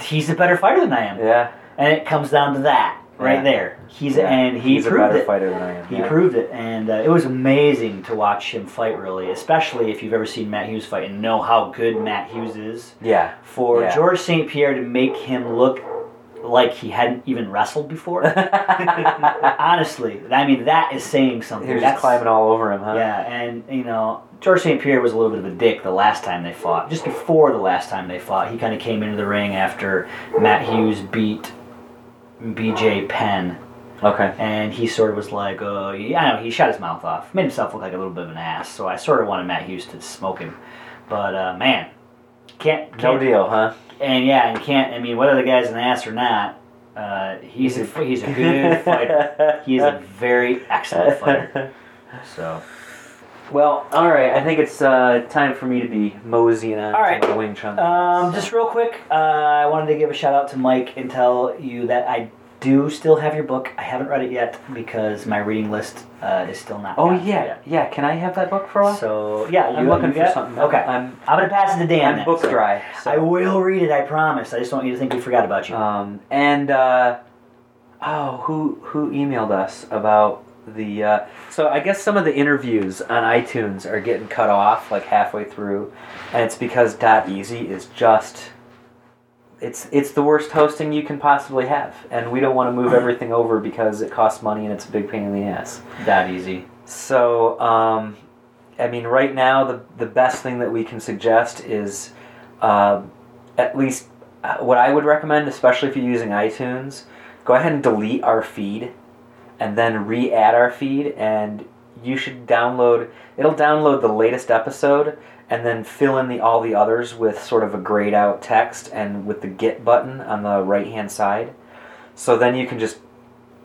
Speaker 3: he's a better fighter than I am,
Speaker 2: yeah,
Speaker 3: and it comes down to that right
Speaker 2: Yeah.
Speaker 3: there. He's
Speaker 2: yeah.
Speaker 3: and he
Speaker 2: he's a
Speaker 3: proved
Speaker 2: better
Speaker 3: it.
Speaker 2: fighter than I am.
Speaker 3: He
Speaker 2: yeah.
Speaker 3: proved it, and uh, it was amazing to watch him fight. Really, especially if you've ever seen Matt Hughes fight and know how good Matt Hughes is.
Speaker 2: yeah,
Speaker 3: For
Speaker 2: Yeah.
Speaker 3: George St. Pierre to make him look like he hadn't even wrestled before, honestly, I mean that is saying something.
Speaker 2: he was just
Speaker 3: That's-
Speaker 2: climbing all over him, huh?
Speaker 3: Yeah, and you know, George St. Pierre was a little bit of a dick the last time they fought. Just before the last time they fought, he kind of came into the ring after Matt Hughes beat BJ Penn,
Speaker 2: Okay.
Speaker 3: and he sort of was like, "Oh, yeah, I know." He shut his mouth off, made himself look like a little bit of an ass. So I sort of wanted Matt Hughes to smoke him, but uh, man, can't,
Speaker 2: No
Speaker 3: can't
Speaker 2: deal, huh?
Speaker 3: and yeah, and can't. I mean, whether the guy's an ass or not, uh, he's a, he's a good fighter. He is a very excellent fighter. So.
Speaker 2: Well, all right. I think it's uh, time for me to be moseying on
Speaker 3: All right.
Speaker 2: to my Wing Chun.
Speaker 3: Um, just real quick, uh, I wanted to give a shout out to Mike and tell you that I do still have your book. I haven't read it yet because my reading list uh, is still not.
Speaker 2: oh
Speaker 3: done
Speaker 2: yeah, yeah. Can I have that book for a
Speaker 3: yet.
Speaker 2: while?
Speaker 3: So yeah,
Speaker 2: I'm
Speaker 3: you-
Speaker 2: looking
Speaker 3: you
Speaker 2: for
Speaker 3: got-
Speaker 2: something.
Speaker 3: Okay, I'm,
Speaker 2: I'm,
Speaker 3: gonna pass it to Dan.
Speaker 2: I'm
Speaker 3: then,
Speaker 2: book
Speaker 3: so-
Speaker 2: dry. So.
Speaker 3: I will read it. I promise. I just don't want you to think we forgot about you.
Speaker 2: Um, and uh, oh, who who emailed us about the? Uh, so I guess some of the interviews on iTunes are getting cut off like halfway through, and it's because Dot Easy is just. It's it's the worst hosting you can possibly have, and we don't want to move everything over because it costs money and it's a big pain in the ass.
Speaker 3: that easy.
Speaker 2: So, um, I mean, right now, the, the best thing that we can suggest is uh, at least uh, what I would recommend, especially if you're using iTunes, go ahead and delete our feed and then re add our feed. And you should download, it'll download the latest episode and then fill in the all the others with sort of a grayed out text and with the get button on the right hand side. So then you can just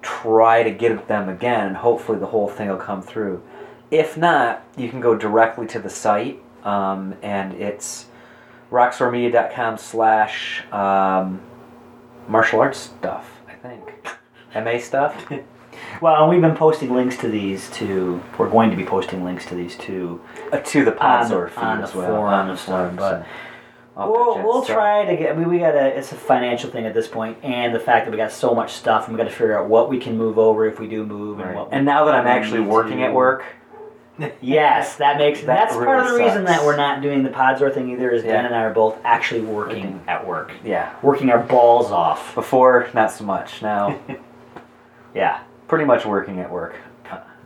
Speaker 2: try to get at them again, and hopefully the whole thing will come through. If not, you can go directly to the site, um, and it's rockstoremedia.com slash um, martial arts stuff, I think. MA stuff?
Speaker 3: Well, and we've been posting links to these too. We're going to be posting links to these too.
Speaker 2: Uh, to the
Speaker 3: On
Speaker 2: pods
Speaker 3: the-
Speaker 2: or feed
Speaker 3: on the
Speaker 2: as well.
Speaker 3: forum
Speaker 2: on the
Speaker 3: and stuff,
Speaker 2: forums
Speaker 3: but-
Speaker 2: and all that
Speaker 3: We'll,
Speaker 2: jazz.
Speaker 3: we'll
Speaker 2: So,
Speaker 3: try to get. I mean, we gotta. It's a financial thing at this point, and the fact that we got so much stuff, and we got to figure out what we can move over if we do move, and
Speaker 2: right.
Speaker 3: what.
Speaker 2: And now that I'm
Speaker 3: we
Speaker 2: actually
Speaker 3: need
Speaker 2: working
Speaker 3: to-
Speaker 2: at work,
Speaker 3: Yes, that makes.
Speaker 2: That
Speaker 3: that's part of the
Speaker 2: really
Speaker 3: reason
Speaker 2: sucks.
Speaker 3: that we're not doing the Podsor thing either. Is
Speaker 2: Yeah.
Speaker 3: Dan and I are both actually working
Speaker 2: Working.
Speaker 3: at work,
Speaker 2: yeah.
Speaker 3: working our balls off.
Speaker 2: Before, not so much. Now,
Speaker 3: Yeah,
Speaker 2: pretty much working at work.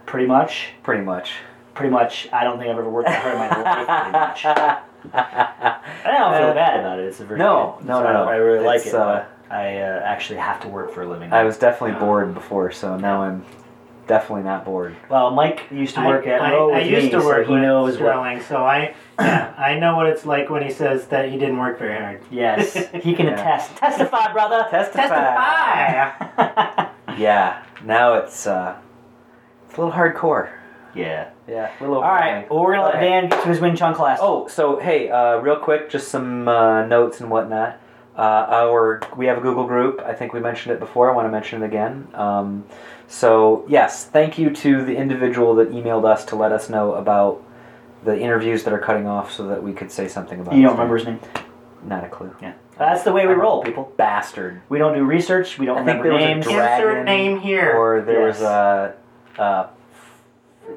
Speaker 3: pretty much.
Speaker 2: Pretty much.
Speaker 3: Pretty much. I don't think I've ever worked that hard in my life. Pretty much. I don't feel bad about it. It's a very
Speaker 2: No,
Speaker 3: good-
Speaker 2: no,
Speaker 3: so
Speaker 2: Uh, no, no.
Speaker 3: I really like
Speaker 2: It's,
Speaker 3: it.
Speaker 2: Uh,
Speaker 3: I uh, actually have to work for a living.
Speaker 2: I was definitely bored before, so now I'm definitely not bored.
Speaker 3: well, Mike used to work
Speaker 1: I,
Speaker 3: at
Speaker 1: I,
Speaker 3: Roe
Speaker 1: I
Speaker 3: with
Speaker 1: used
Speaker 3: me,
Speaker 1: to work
Speaker 3: so he
Speaker 1: with
Speaker 3: knows what
Speaker 1: Sterling, so I yeah, I know what it's like when he says that he didn't work very hard.
Speaker 3: Yes, he can
Speaker 2: Yeah.
Speaker 3: attest. Testify, brother.
Speaker 2: Testify. Yeah, now it's uh, it's a little hardcore.
Speaker 3: yeah.
Speaker 2: Yeah, a little.
Speaker 3: All right. Well, we're gonna let
Speaker 2: Okay.
Speaker 3: Dan get to his Wing Chun class.
Speaker 2: Oh, so hey, uh, real quick, just some uh, notes and whatnot. Uh, our we have a Google group. I think we mentioned it before. I want to mention it again. Um, so yes, thank you to the individual that emailed us to let us know about the interviews that are cutting off, so that we could say something about.
Speaker 3: you
Speaker 2: it.
Speaker 3: don't remember his name?
Speaker 2: Not a clue.
Speaker 3: Yeah. That's the way we
Speaker 2: I'm a
Speaker 3: roll, people.
Speaker 2: Bastard.
Speaker 3: We don't do research. We don't
Speaker 2: I think
Speaker 3: remember
Speaker 2: there was a
Speaker 3: names.
Speaker 2: direct- Dragon
Speaker 1: Insert name here.
Speaker 2: Or there was a. Uh,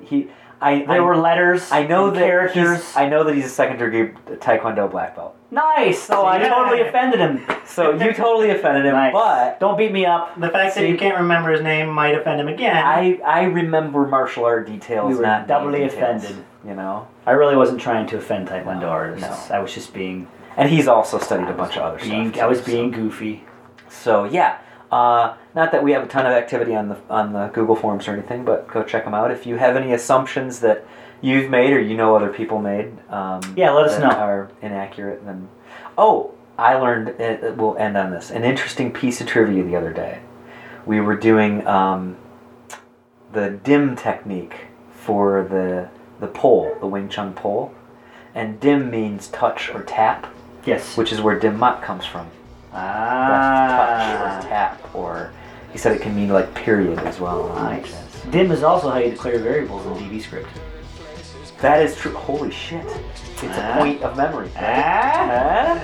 Speaker 2: he. I. I,
Speaker 3: there were letters.
Speaker 2: I know
Speaker 3: and
Speaker 2: that
Speaker 3: characters.
Speaker 2: he's- I know that he's a second degree Taekwondo black belt.
Speaker 3: nice. So I
Speaker 1: Yeah.
Speaker 3: totally offended him.
Speaker 2: So you totally offended him,
Speaker 3: Nice.
Speaker 2: but
Speaker 3: don't beat me up.
Speaker 1: the fact that
Speaker 3: See?
Speaker 1: you can't remember his name might offend him again.
Speaker 2: I I remember martial art details,
Speaker 3: We were
Speaker 2: not name
Speaker 3: doubly
Speaker 2: details,
Speaker 3: offended.
Speaker 2: You know,
Speaker 3: I really wasn't trying to offend Taekwondo
Speaker 2: No,
Speaker 3: artists. I was just being,
Speaker 2: and he's also studied a bunch of other
Speaker 3: being
Speaker 2: stuff.
Speaker 3: I was
Speaker 2: too,
Speaker 3: being goofy.
Speaker 2: So, so yeah, uh, not that we have a ton of activity on the on the Google forms or anything, but go check them out if you have any assumptions that you've made or you know other people made. Um,
Speaker 3: Yeah, let us
Speaker 2: that
Speaker 3: know.
Speaker 2: Are inaccurate? Then, oh, I learned. It, it- we'll end on this. An interesting piece of trivia the other day. We were doing um, the dim technique for the the pole, the Wing Chun pole, and dim means touch or tap,
Speaker 3: Yes.
Speaker 2: which is where dim mat comes from. Ah. That's touch or
Speaker 3: ah.
Speaker 2: tap, or he said it can mean like period as well.
Speaker 3: Nice. Dim is also how you declare variables in DB script.
Speaker 2: That is true. Holy shit! It's a
Speaker 3: Ah.
Speaker 2: point of memory.
Speaker 3: Ah,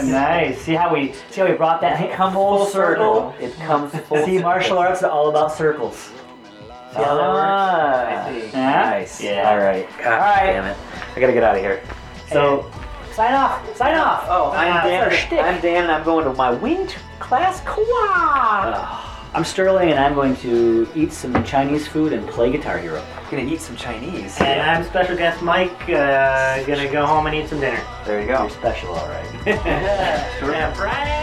Speaker 3: nice. nice. See how we see how we brought that
Speaker 2: It comes full circle. It comes full.
Speaker 3: See, martial
Speaker 2: circle.
Speaker 3: arts are all about circles. See how that works?
Speaker 2: Ah,
Speaker 1: I see.
Speaker 2: Nice.
Speaker 3: Yeah.
Speaker 2: All right. God
Speaker 3: All right.
Speaker 2: Damn it. I gotta get out of here.
Speaker 3: So, sign off. Sign off.
Speaker 2: Oh, I'm
Speaker 3: Ah,
Speaker 2: Dan.
Speaker 3: it's our shtick.
Speaker 2: I'm Dan, and I'm going to my winged class quad.
Speaker 3: I'm Sterling, and I'm going to eat some Chinese food and play Guitar Hero.
Speaker 2: gonna eat some Chinese.
Speaker 1: and I'm special guest Mike. Uh, gonna go home and eat some dinner.
Speaker 2: There you go.
Speaker 3: You're special, all right.
Speaker 1: yeah, Friday.